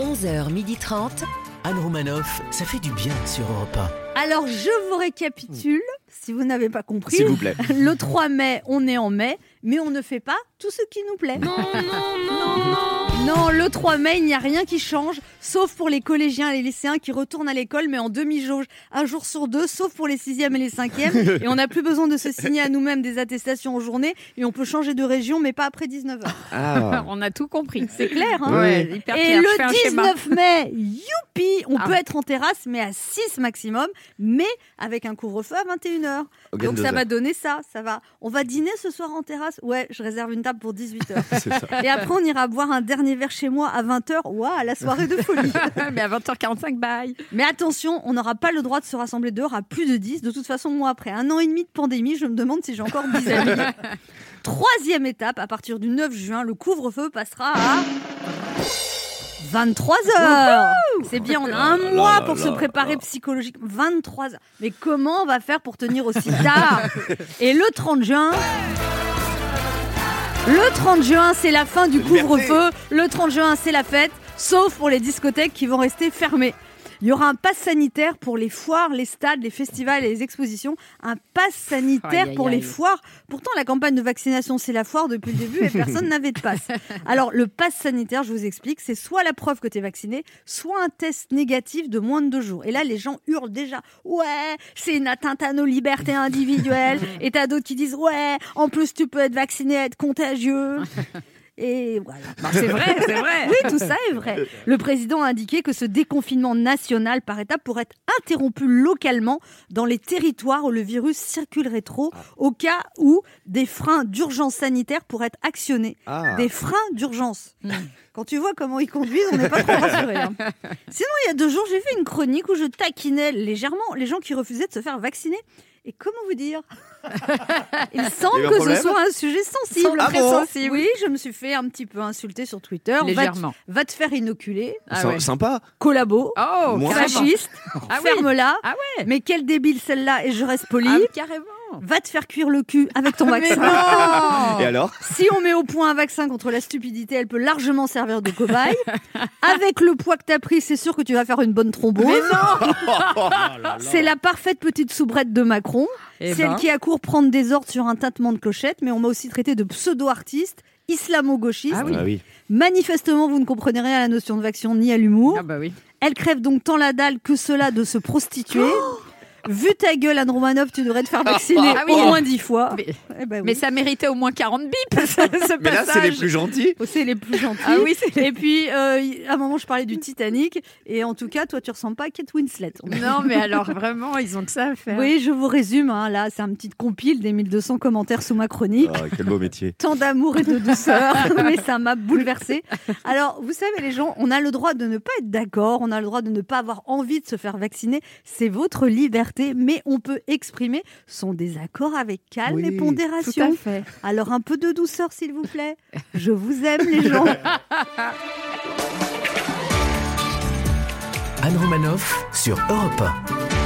11h30. Anne Romanoff, ça fait du bien sur Europe 1. Alors, je vous récapitule, si vous n'avez pas compris. S'il vous plaît. Le 3 mai, on est en mai, mais on ne fait pas tout ce qui nous plaît. Non, non, non, non. le 3 mai, il n'y a rien qui change, sauf pour les collégiens et les lycéens qui retournent à l'école, mais en demi-jauge, un jour sur deux, sauf pour les 6e et les 5e. Et on n'a plus besoin de se signer à nous-mêmes des attestations en journée, et on peut changer de région, mais pas après 19h. Ah, On a tout compris. C'est clair, hein Ouais, hyper et clair. Je fais un le schéma. 19 mai, youpi On Ah. peut être en terrasse, mais à 6 maximum, mais avec un couvre-feu à 21h. Organe Donc ça dosage. va donner ça, ça va. On va dîner ce soir en terrasse Ouais, je réserve une table pour 18h. c'est ça. et après, on ira boire un dernier verre chez moi à 20h. Waouh, la soirée de folie mais à 20h45, bye. Mais attention, on n'aura pas le droit de se rassembler dehors à plus de 10. De toute façon, moi, après un an et demi de pandémie, je me demande si j'ai encore 10 amis. Troisième étape, à partir du 9 juin, le couvre-feu passera à 23 heures. C'est bien, on a un Ah là mois là pour se là préparer là. psychologiquement. 23 heures. Mais comment on va faire pour tenir aussi tard Et le 30 juin. Le 30 juin, c'est la fin du couvre-feu. Le 30 juin, c'est la fête, sauf pour les discothèques qui vont rester fermées. Il y aura un pass sanitaire pour les foires, les stades, les festivals et les expositions. Un pass sanitaire Aïe, aïe, pour les aïe. foires. Pourtant, la campagne de vaccination, c'est la foire depuis le début et personne n'avait de pass. Alors, le pass sanitaire, je vous explique, c'est soit la preuve que tu es vacciné, soit un test négatif de moins de deux jours. Et là, les gens hurlent déjà Ouais, c'est une atteinte à nos libertés individuelles. Et t'as d'autres qui disent Ouais, en plus, tu peux être vacciné, être contagieux. Et voilà. c'est vrai, c'est vrai. Oui, tout ça est vrai. Le président a indiqué que ce déconfinement national par étapes pourrait être interrompu localement dans les territoires où le virus circulerait trop, Ah. au cas où des freins d'urgence sanitaire pourraient être actionnés. Ah. Des freins d'urgence. Hmm. Quand tu vois comment ils conduisent, on n'est pas trop rassurés. hein. Sinon, il y a deux jours, j'ai fait une chronique où je taquinais légèrement les gens qui refusaient de se faire vacciner. Et comment vous dire Il Il y a eu semble un que ce problème soit un sujet sensible. Ah très bon sensible. Oui, je me suis fait un petit peu insulter sur Twitter. Va- Légèrement. Va, te faire inoculer, Ah Sy- ouais. Sympa. collabo, Oh, Moi- carrément. fasciste, Ah oui. ferme-la. Ah ouais. Mais quel débile celle-là, et je reste poli. Ah oui, carrément. Va te faire cuire le cul avec ton vaccin. Oh. Et alors Si on met au point un vaccin contre la stupidité, elle peut largement servir de cobaye. Avec le poids que t'as pris, c'est sûr que tu vas faire une bonne thrombose. C'est la parfaite petite soubrette de Macron. Eh Celle ben. qui a court prendre des ordres sur un tintement de clochette, mais on m'a aussi traité de pseudo-artiste, islamo-gauchiste. Ah oui. Ah oui. Manifestement, vous ne comprenez rien à la notion de vaccin ni à l'humour. Ah bah oui. Elle crève donc tant la dalle que cela de se prostituer. Vu ta gueule, Anne Romanoff, tu devrais te faire vacciner Ah oui. au moins dix fois. Mais, Eh ben oui. mais ça méritait au moins 40 bips, ce passage. Mais là, c'est les plus gentils. Oh, c'est les plus gentils. Ah oui, c'est Et puis, euh, y- à un moment, je parlais du Titanic. Et en tout cas, toi, tu ressembles pas à Kate Winslet. Non, mais alors vraiment, ils ont que ça à faire. Oui, je vous résume. hein. Là, c'est un petit compile des 1200 commentaires sous ma chronique. Ah, quel beau métier. Tant d'amour et de douceur, mais ça m'a bouleversée. Alors, vous savez, les gens, on a le droit de ne pas être d'accord, on a le droit de ne pas avoir envie de se faire vacciner. C'est votre liberté, mais on peut exprimer son désaccord avec calme Oui, et Tout à pondération. fait. Alors, un peu de douceur, s'il vous plaît. Je vous aime, les gens. Anne Romanoff sur Europe 1.